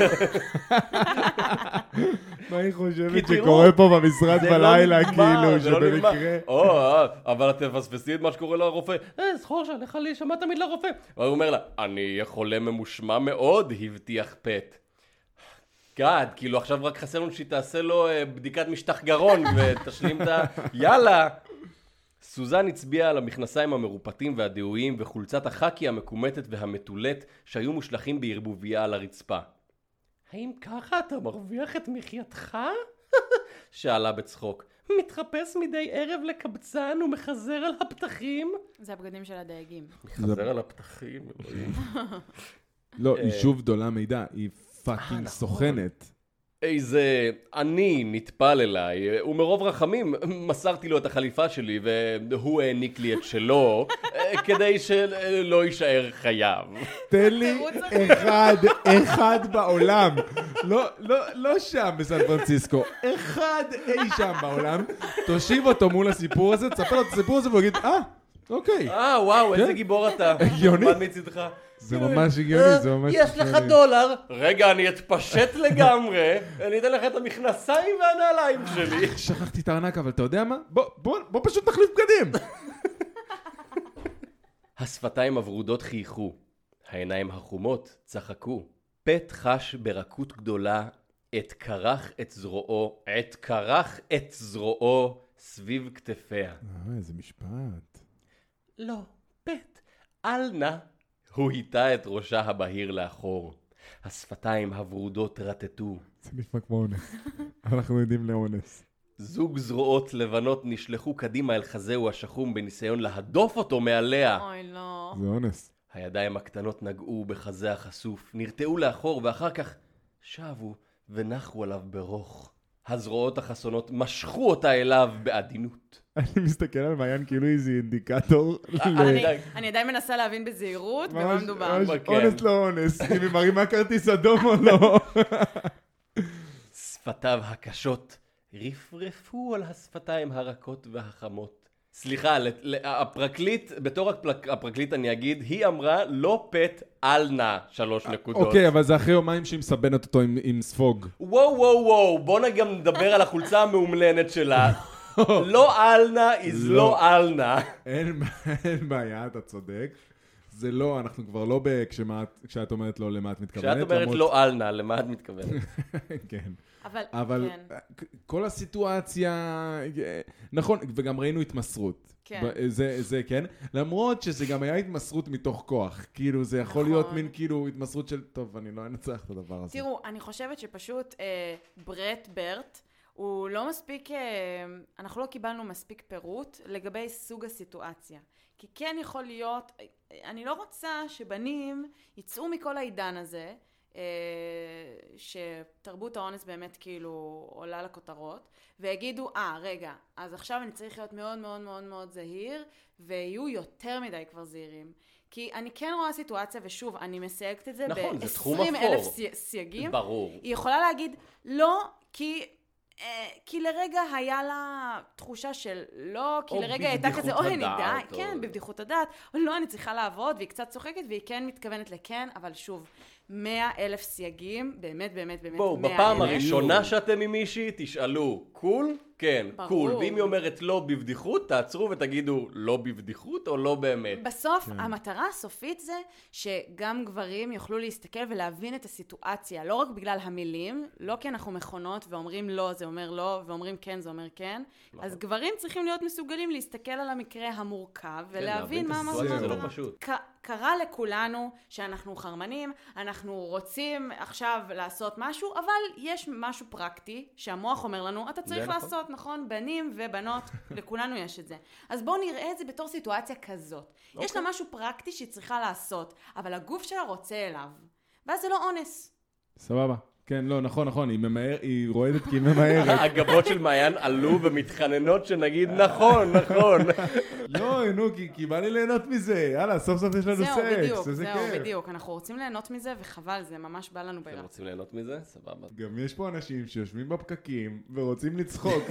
S3: מה
S1: כי
S3: היא חושבת
S1: תראו,
S3: שקורה פה במשרד
S1: זה לא
S3: בלילה,
S1: נגמר,
S3: כאילו,
S1: זה לא נגמר.
S3: שבמקרה...
S1: או, אה, אבל את תפספסי את מה שקורה לרופא.
S5: אה, זה חור שעליך להישמע תמיד לרופא.
S1: הוא אומר לה, אני אהיה חולה ממושמע מאוד, הבטיח פט. גאד, כאילו עכשיו רק חסר לנו שהיא תעשה לו אה, בדיקת משטח גרון ותשלים את ה... יאללה! סוזן הצביעה על המכנסיים המרופטים והדהויים וחולצת החאקי המקומטת והמטולט שהיו מושלכים בערבוביה על הרצפה.
S5: האם ככה אתה מרוויח את מחייתך?
S1: שאלה בצחוק.
S5: מתחפש מדי ערב לקבצן ומחזר על הפתחים?
S2: זה הבגדים של הדייגים.
S1: חזר על הפתחים. אלוהים.
S3: לא, היא
S1: אה.
S3: שוב דולה מידע, היא
S1: נכון.
S3: פאקינג סוכנת.
S1: איזה אני נטפל אליי, ומרוב רחמים מסרתי לו את החליפה שלי והוא העניק לי את שלו אה, כדי שלא יישאר חייב.
S3: תן לי
S2: תירוץ
S3: אחד, אחד בעולם. לא, לא, לא שם בסן פרנסיסקו, אחד אי שם בעולם. תושיב אותו מול הסיפור הזה, תספר לו את הסיפור הזה והוא יגיד, אה, אוקיי.
S1: אה, וואו, איזה
S3: כן.
S1: גיבור אתה.
S3: הגיוני.
S1: נחמד מצידך.
S3: זה ממש הגיוני, זה ממש...
S1: יש לך
S3: הגיוני.
S1: דולר. רגע, אני אתפשט לגמרי, אני אתן לך את המכנסיים והנעליים שלי.
S3: שכחתי את הארנק, אבל אתה יודע מה? בוא, בוא, בוא פשוט נחליף בגדים.
S1: השפתיים הוורודות חייכו, העיניים החומות צחקו. פט חש ברכות גדולה, עת קרח את זרועו, עת קרח את זרועו סביב כתפיה.
S3: אה, איזה משפט.
S5: לא,
S1: פט, אל נא. הוא הטה את ראשה הבהיר לאחור. השפתיים הוורודות רטטו.
S3: זה נשמע כמו אונס. אנחנו יודעים לאונס.
S1: זוג זרועות לבנות נשלחו קדימה אל חזהו השחום בניסיון להדוף אותו מעליה.
S2: אוי, לא.
S3: זה אונס.
S1: הידיים הקטנות נגעו בחזה החשוף, נרתעו לאחור ואחר כך שבו ונחו עליו ברוך. הזרועות החסונות משכו אותה אליו בעדינות.
S3: אני מסתכל על מעיין כאילו איזה אינדיקטור. ל-
S2: אני- אני עדיין מנסה להבין בזהירות במה
S3: ממש-
S2: מדובר.
S3: ממש
S1: כן.
S3: אונס לא אונס, אם היא מרימה כרטיס אדום או לא.
S1: שפתיו הקשות רפרפו על השפתיים הרכות והחמות. סליחה, לת- ל- הפרקליט, בתור הפלק- הפרקליט אני אגיד, היא אמרה לא פט על נא שלוש נקודות.
S3: אוקיי, אבל זה אחרי יומיים שהיא מסבנת אותו עם- עם ספוג.
S1: וואו וואו וואו, בוא נ- גם נדבר על החולצה המאומלנת שלה. לא על נא is לא על נא.
S3: אין אין בעיה, אתה צודק. זה לא, אנחנו כבר לא ב... כשמה- כשאת אומרת לא, למה את מתכוונת.
S1: כשאת אומרת
S3: למרות-
S1: לא על נא, למה את מתכוונת?
S3: כן.
S2: אבל,
S3: אבל
S2: כן.
S3: כל הסיטואציה, אה, נכון, וגם ראינו התמסרות.
S2: כן.
S3: ב- זה, זה כן, למרות שזה גם היה התמסרות מתוך כוח. כאילו, זה יכול
S2: נכון.
S3: להיות מין כאילו התמסרות של, טוב, אני לא אנצח את הדבר הזה.
S2: תראו, אני חושבת שפשוט אה, ברט ברט, הוא לא מספיק, אה, אנחנו לא קיבלנו מספיק פירוט לגבי סוג הסיטואציה. כי כן יכול להיות, אה, אני לא רוצה שבנים יצאו מכל העידן הזה, אה, שתרבות האונס באמת כאילו עולה לכותרות, ויגידו, אה, רגע, אז עכשיו אני צריך להיות מאוד מאוד מאוד מאוד זהיר, ויהיו יותר מדי כבר זהירים. כי אני כן רואה סיטואציה, ושוב, אני מסייגת את זה
S1: נכון, זה תחום
S2: ב-20 אלף
S1: אפור.
S2: סי- סייגים.
S1: ברור.
S2: היא יכולה להגיד, לא, כי... אה, כי לרגע היה לה תחושה של לא, כי
S1: או
S2: לרגע היא הייתה כזה,
S1: בבדיחות
S2: אוי, אני
S1: הדעת,
S2: די,
S1: או-
S2: כן, בבדיחות הדעת, או לא, אני צריכה לעבוד, והיא קצת צוחקת, והיא כן מתכוונת לכן, אבל שוב, מאה אלף סייגים, באמת, באמת, באמת,
S1: בואו,
S2: מאה
S1: בפעם
S2: אלף.
S1: הראשונה שאתם עם מישהי, תשאלו, קול? כן,
S2: ברור.
S1: קול. ואם היא אומרת לא בבדיחות, תעצרו ותגידו לא בבדיחות או לא באמת.
S2: בסוף, כן. המטרה הסופית זה שגם גברים יוכלו להסתכל ולהבין את הסיטואציה, לא רק בגלל המילים, לא כי אנחנו מכונות ואומרים לא זה אומר לא, ואומרים כן זה אומר כן, נכון. אז גברים צריכים להיות מסוגלים להסתכל על המקרה המורכב ולהבין
S1: כן, להבין את
S2: מה
S1: הסיטואציה,
S2: המטרה.
S3: זה לא
S1: פשוט.
S2: ק- קרה לכולנו שאנחנו חרמנים, אנחנו רוצים עכשיו לעשות משהו, אבל יש משהו פרקטי שהמוח אומר לנו, אתה צריך
S1: נכון.
S2: לעשות. לעשות, נכון? בנים ובנות, לכולנו יש את זה. אז בואו נראה את זה בתור סיטואציה כזאת. יש
S3: אוקיי.
S2: לה משהו פרקטי שהיא צריכה לעשות, אבל הגוף שלה רוצה אליו. ואז זה לא אונס.
S3: סבבה. כן, לא, נכון, נכון, היא ממהר, היא רועדת כי היא ממהרת.
S1: הגבות של מעיין עלו ומתחננות שנגיד נכון, נכון.
S3: לא, נו, כי- כי בא לי ליהנות מזה. יאללה, סוף סוף יש לנו
S2: זהו, בדיוק,
S3: סקס, איזה
S2: זהו,
S3: כיף.
S2: בדיוק. אנחנו רוצים ליהנות מזה, וחבל, זה ממש בא לנו
S1: אתם
S2: בירה.
S1: רוצים ליהנות מזה? סבבה.
S3: גם יש פה אנשים שיושבים בפקקים ורוצים לצחוק.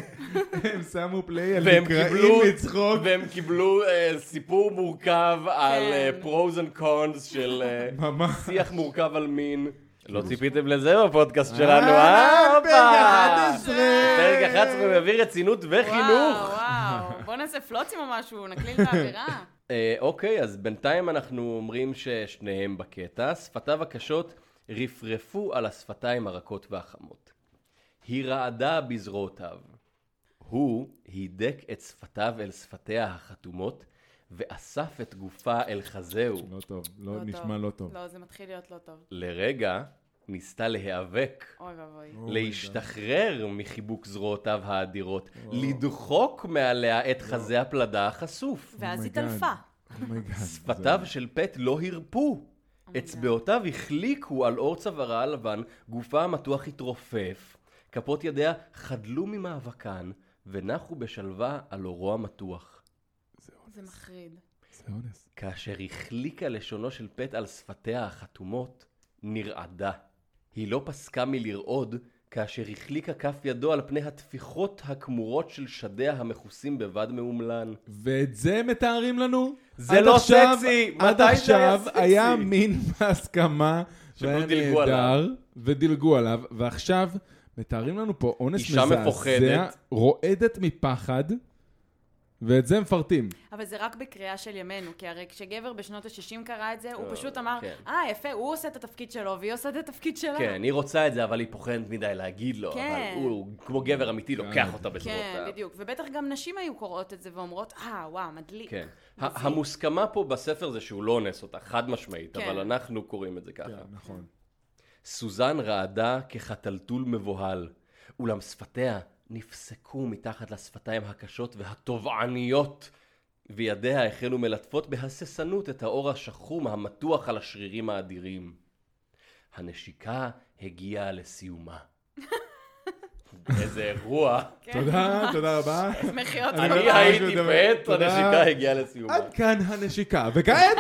S3: הם שמו פליי, הם
S1: והם
S3: נקראים
S1: קיבלו,
S3: לצחוק.
S1: והם קיבלו אה, סיפור מורכב על אה,
S2: כן.
S1: פרוז אנד קונס של אה,
S3: ממש.
S1: שיח מורכב על מין. לא ציפיתם לזה בפודקאסט שלנו, אה?
S3: אה, פרק
S1: הופה!
S3: 11.
S1: פרק 11 מביא רצינות וחינוך.
S2: וואו, וואו. בוא נעשה פלוצים או משהו, נקליל את האווירה.
S1: אה, אוקיי, אז בינתיים אנחנו אומרים ששניהם בקטע. שפתיו הקשות רפרפו על השפתיים הרכות והחמות. היא רעדה בזרועותיו. הוא הידק את שפתיו אל שפתיה החתומות, ואסף את גופה אל חזהו.
S3: לא טוב, לא נשמע לא טוב.
S2: לא, זה מתחיל להיות לא טוב.
S1: לרגע ניסתה להיאבק,
S2: אוי ואבוי.
S3: Oh
S1: להשתחרר מחיבוק זרועותיו האדירות, לדחוק מעליה את חזה הפלדה החשוף.
S2: ואז היא
S3: Oh my God.
S2: טלפה.
S3: אומייגאד.
S1: שפתיו של פט לא הרפו.
S2: Oh
S1: אצבעותיו החליקו על עור צווארה הלבן, גופה המתוח התרופף, כפות ידיה חדלו ממאבקן, ונחו בשלווה על עורו המתוח.
S2: זה מחריד.
S3: זה אונס.
S1: כאשר החליקה לשונו של פט על שפתיה החתומות, נרעדה. היא לא פסקה מלרעוד, כאשר החליקה כף ידו על פני התפיחות הכמורות של שדיה המכוסים בבד מאומלן.
S3: ואת זה מתארים לנו?
S1: זה
S3: עד
S1: לא
S3: עכשיו-
S1: סקסי.
S3: עד
S1: מתי זה היה
S3: עכשיו
S1: סקסי?
S3: היה מין בהסכמה,
S1: שבו
S3: והיה
S1: דילגו
S3: נהדר, ודילגו עליו, ועכשיו מתארים לנו פה אונס
S1: אישה
S3: מזעזע,
S1: מפוחדת.
S3: רועדת מפחד, ואת זה מפרטים.
S2: אבל זה רק בקריאה של ימינו, כי הרי כשגבר בשנות ה-60 קרא את זה, הוא פשוט אמר,
S1: כן.
S2: אה, יפה, הוא עושה את התפקיד שלו, והיא עושה את התפקיד שלה.
S1: כן, היא רוצה את זה, אבל היא פוחדת מדי להגיד לו,
S2: לא, כן.
S1: אבל הוא, כמו גבר אמיתי, לוקח אותה בזרועותיו.
S2: כן, בדיוק. ובטח גם נשים היו קוראות את זה ואומרות, אה, וואו, מדליק.
S1: כן. ה- המוסכמה פה בספר זה שהוא לא אונס אותה, חד משמעית,
S2: כן.
S1: אבל אנחנו קוראים את זה ככה.
S3: נכון.
S1: סוזן רעדה כחתלתול מבוהל, אולם שפתיה נפסקו מתחת לשפתיים הקשות והתובעניות, וידיה החלו מלטפות בהססנות את האור השחום המתוח על השרירים האדירים. הנשיקה הגיעה לסיומה. איזה אירוע.
S3: תודה, תודה רבה.
S2: כן. מחיאות
S3: אני
S1: אני
S3: ממש
S1: הייתי
S3: מדבר-
S1: מת,
S3: תודה.
S1: הנשיקה הגיעה לסיומה.
S3: עד כאן הנשיקה, וכעת...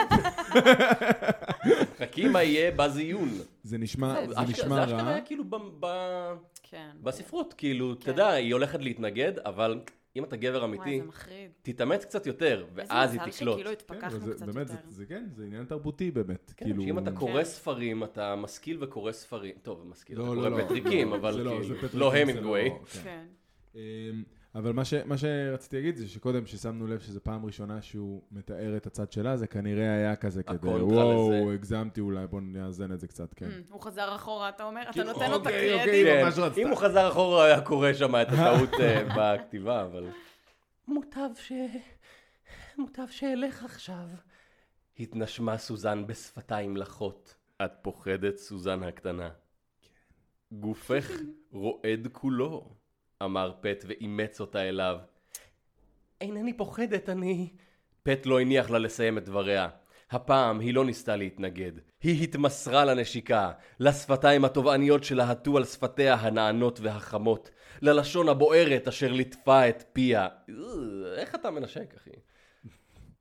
S1: חכי מה יהיה בזיון.
S3: זה נשמע
S1: זה
S3: זה נשמע
S1: אשכרה- זה אשכרה
S3: רע. כן,
S1: היה כאילו ב- ב-
S2: כן.
S1: בספרות, כאילו, אתה יודע, היא הולכת להתנגד, אבל אם אתה גבר
S2: וואי,
S1: אמיתי,
S2: זה מחריד.
S1: תתאמץ קצת יותר,
S2: איזה
S1: ואז היא
S2: מזל
S1: תקלוט.
S2: שכאילו
S3: כן, אבל
S2: התפכחנו
S3: זה-
S2: קצת
S3: באמת, זה-
S2: יותר.
S3: זה כן, זה עניין תרבותי באמת.
S1: כאילו...
S3: כאילו...
S1: שאם אתה קורא
S2: כן.
S1: ספרים, אתה משכיל וקורא ספרים. טוב, משכיל,
S3: לא,
S1: אתה
S3: לא,
S1: קורא
S3: לא.
S1: פטריקים, אבל
S3: זה
S1: כאילו,
S3: זה פטריקים,
S1: לא
S3: זה
S1: המינגווי.
S3: כן.
S2: כן.
S3: אמ, אבל מה, ש, מה שרציתי להגיד זה שקודם ששמנו לב שזו פעם ראשונה שהוא מתאר את הצד שלה, זה כנראה היה כזה כדי,
S1: הקונטרה
S3: וואו,
S1: לזה."
S3: הגזמתי אולי, בואו נאזן את זה קצת, כן.
S2: Mm, הוא חזר אחורה, אתה אומר, אתה
S1: כאילו,
S2: נותן לו את
S3: אוקיי, אוקיי.
S2: הקרדיט.
S1: כן,
S3: ממש רצתה.
S1: אם הוא חזר אחורה, היה קורא שם את הטעות אה, בכתיבה, אבל...
S5: מוטב ש... מוטב שאלך עכשיו.
S1: התנשמה סוזן בשפתיים לחות. כן. את פוחדת, סוזן הקטנה. גופך רועד כולו, אמר פט ואימץ אותה אליו. אינני פוחדת, אני... פט לא הניח לה לסיים את דבריה. הפעם היא לא ניסתה להתנגד. היא התמסרה לנשיקה, לשפתיים התובעניות שלהטו על שפתיה הנענות והחמות, ללשון הבוערת אשר ליטפה את פיה. אה, איך אתה מנשק, אחי?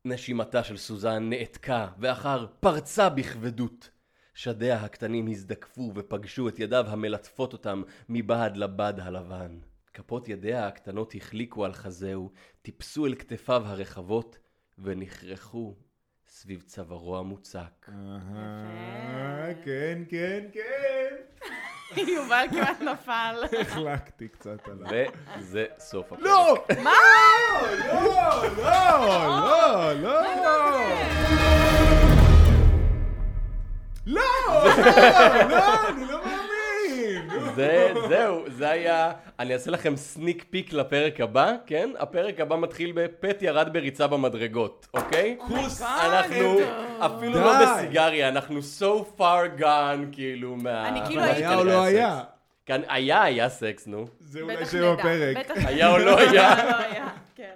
S1: נשימתה של סוזן נעתקה, ואחר פרצה בכבדות. שדיה הקטנים הזדקפו ופגשו את ידיו המלטפות אותם מבעד לבד הלבן. כפות ידיה הקטנות החליקו על חזהו, טיפסו אל כתפיו הרחבות, ונכרכו סביב צווארו המוצק.
S3: אהה, כן, כן, כן.
S2: יובל כמעט נפל.
S3: החלקתי קצת עליו.
S1: וזה סוף הפרק.
S3: לא! מה? לא, לא, לא, לא. לא, לא, אני לא מאמין.
S1: זה, זהו, זה היה... אני אעשה לכם סניק פיק לפרק הבא, כן? הפרק הבא מתחיל בפט ירד בריצה במדרגות, אוקיי?
S2: אה,
S3: כוס.
S1: אנחנו אפילו
S3: די.
S1: לא בסיגריה, אנחנו so far gone, כאילו, מה...
S2: אני כאילו
S1: מה
S2: הייתי-
S3: היה או
S1: שכנראה
S3: לא היה?
S1: סקס. כאן היה, היה סקס, נו.
S3: זה אולי
S2: בטח
S3: שם
S2: נדע.
S3: הפרק.
S2: בטח
S1: היה או לא היה?
S2: לא היה, כן.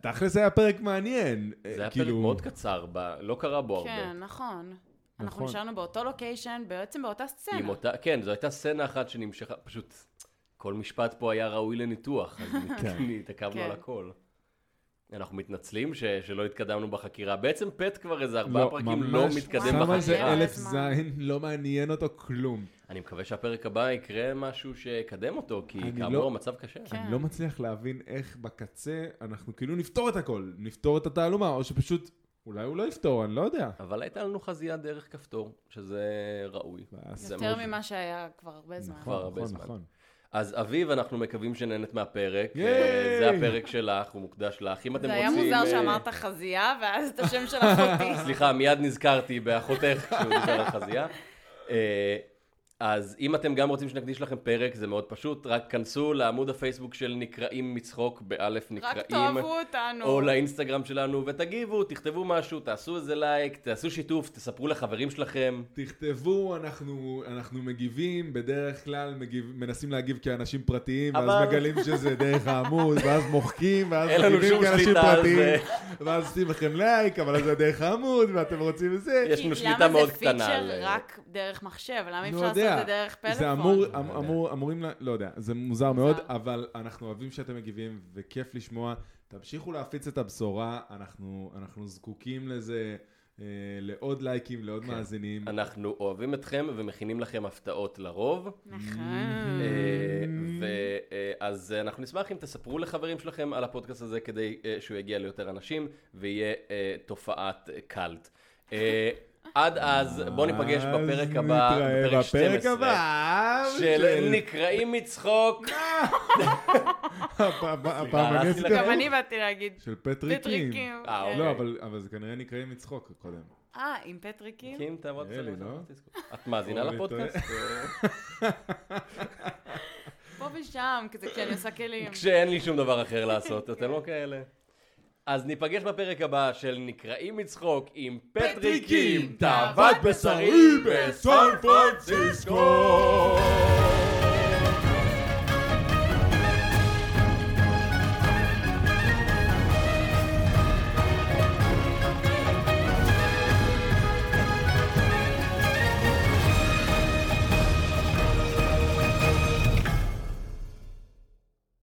S3: תכלס היה פרק מעניין.
S1: זה היה פרק
S3: כאילו,
S1: מאוד קצר, ב- לא קרה בו הרבה.
S2: כן, נכון. אנחנו
S3: נכון.
S2: נשארנו באותו לוקיישן, בעצם באותה
S1: עם
S2: סצנה.
S1: אותה- כן, זו הייתה סצנה אחת שנמשכה, פשוט כל משפט פה היה ראוי לניתוח, אז התעכבנו
S2: כן.
S1: על הכל. אנחנו מתנצלים ש- שלא התקדמנו בחקירה. בעצם פט כבר איזה ארבעה
S3: לא,
S1: פרקים לא
S3: ממש
S1: מתקדם
S3: שם על זה
S1: בחקירה.
S3: אלף
S2: זמן.
S3: זין, לא מעניין אותו כלום.
S1: אני מקווה שהפרק הבא יקרה משהו שיקדם אותו, כי
S3: אני
S1: כאמור
S3: לא-
S1: המצב קשה.
S2: כן.
S3: אני לא מצליח להבין איך בקצה אנחנו כאילו נפתור את הכל, נפתור את התעלומה, או שפשוט, אולי הוא לא יפתור, אני לא יודע.
S1: אבל הייתה לנו חזייה דרך כפתור, שזה ראוי. זה
S2: יותר
S1: משהו.
S2: ממה שהיה כבר הרבה זמן.
S1: כבר הרבה
S3: נכון,
S1: זמן.
S3: נכון.
S1: אז אביב, אנחנו מקווים שנהנית מהפרק.
S3: ייי!
S1: אה, זה הפרק שלך, הוא מוקדש לך. אם אתם
S2: זה היה
S1: רוצים...
S2: מוזר
S1: אה,
S2: שאמרת חזייה, ואז את השם של אחותי.
S1: סליחה, מיד נזכרתי באחותך כשהוא דיבר על חזייה. אה, אז אם אתם גם רוצים שנקדיש לכם פרק, זה מאוד פשוט, רק כנסו לעמוד הפייסבוק של נקראים מצחוק, באלף
S2: רק
S1: נקראים,
S2: תאהבו אותנו.
S1: או לאינסטגרם שלנו, ותגיבו, תכתבו משהו, תעשו איזה לייק, תעשו שיתוף, תספרו לחברים שלכם.
S3: תכתבו, אנחנו, אנחנו מגיבים, בדרך כלל מגיב, מנסים להגיב כאנשים פרטיים,
S1: אבל-
S3: ואז מגלים שזה דרך העמוד, ואז מוחקים, ואז
S1: אין לנו
S3: מגיבים
S1: שום
S3: כאנשים
S1: שליטה על
S3: פרטיים, ואז עושים לכם לייק, אבל זה דרך העמוד, ואתם רוצים זה.
S1: יש לנו שליטה מאוד קטנה
S2: למה זה
S1: על- אה,
S2: פיצ'ר רק דרך מחשב? למה אי
S3: לא
S2: אפשר לעשות
S3: יודע.
S2: את זה דרך פלאפון?
S3: זה אמור,
S1: לא
S3: אמ-
S1: יודע.
S3: אמור, אמורים, ל- לא יודע, זה מוזר מאוד,
S2: מוזר.
S3: אבל אנחנו אוהבים שאתם מגיבים, וכיף לשמוע. תמשיכו להפיץ את הבשורה, אנחנו, אנחנו זקוקים לזה, אה, לעוד לייקים, לעוד
S1: כן.
S3: מאזינים.
S1: אנחנו אוהבים אתכם ומכינים לכם הפתעות לרוב.
S2: נכון.
S1: אה,
S3: Mm.
S1: ואז אה, אנחנו נשמח אם תספרו לחברים שלכם על הפודקאסט הזה כדי אה, שהוא יגיע ליותר אנשים ויהיה אה, תופעת אה, קאלט. אה, עד אז, בואו ניפגש
S3: אז
S1: בפרק הבא,
S3: נתראה
S1: בפרק
S3: בפרק
S1: 12,
S3: הבא כן.
S1: של נקראים מצחוק.
S3: הפעם- הפעם
S1: הרסתי
S3: אני עשיתי
S1: לכם.
S2: גם אני באתי להגיד.
S3: של פטריקים.
S2: פטריקים.
S1: אה,
S2: כן.
S1: אוקיי.
S3: לא, אבל אבל זה כנראה נקראים מצחוק קודם.
S2: אה, עם פטריקים?
S1: כי אם תעבוד
S3: נראה לי,
S1: קצת,
S3: לא?
S1: את מאזינה
S3: אולי
S1: לפודקאסט?
S2: פה ושם, כזה כשאני עושה כלים.
S1: כשאין לי שום דבר אחר לעשות, אתם לא כאלה. אז ניפגש בפרק הבא של נקראים מצחוק עם פטריקים, תאוות בשרי בסן פרנסיסקו.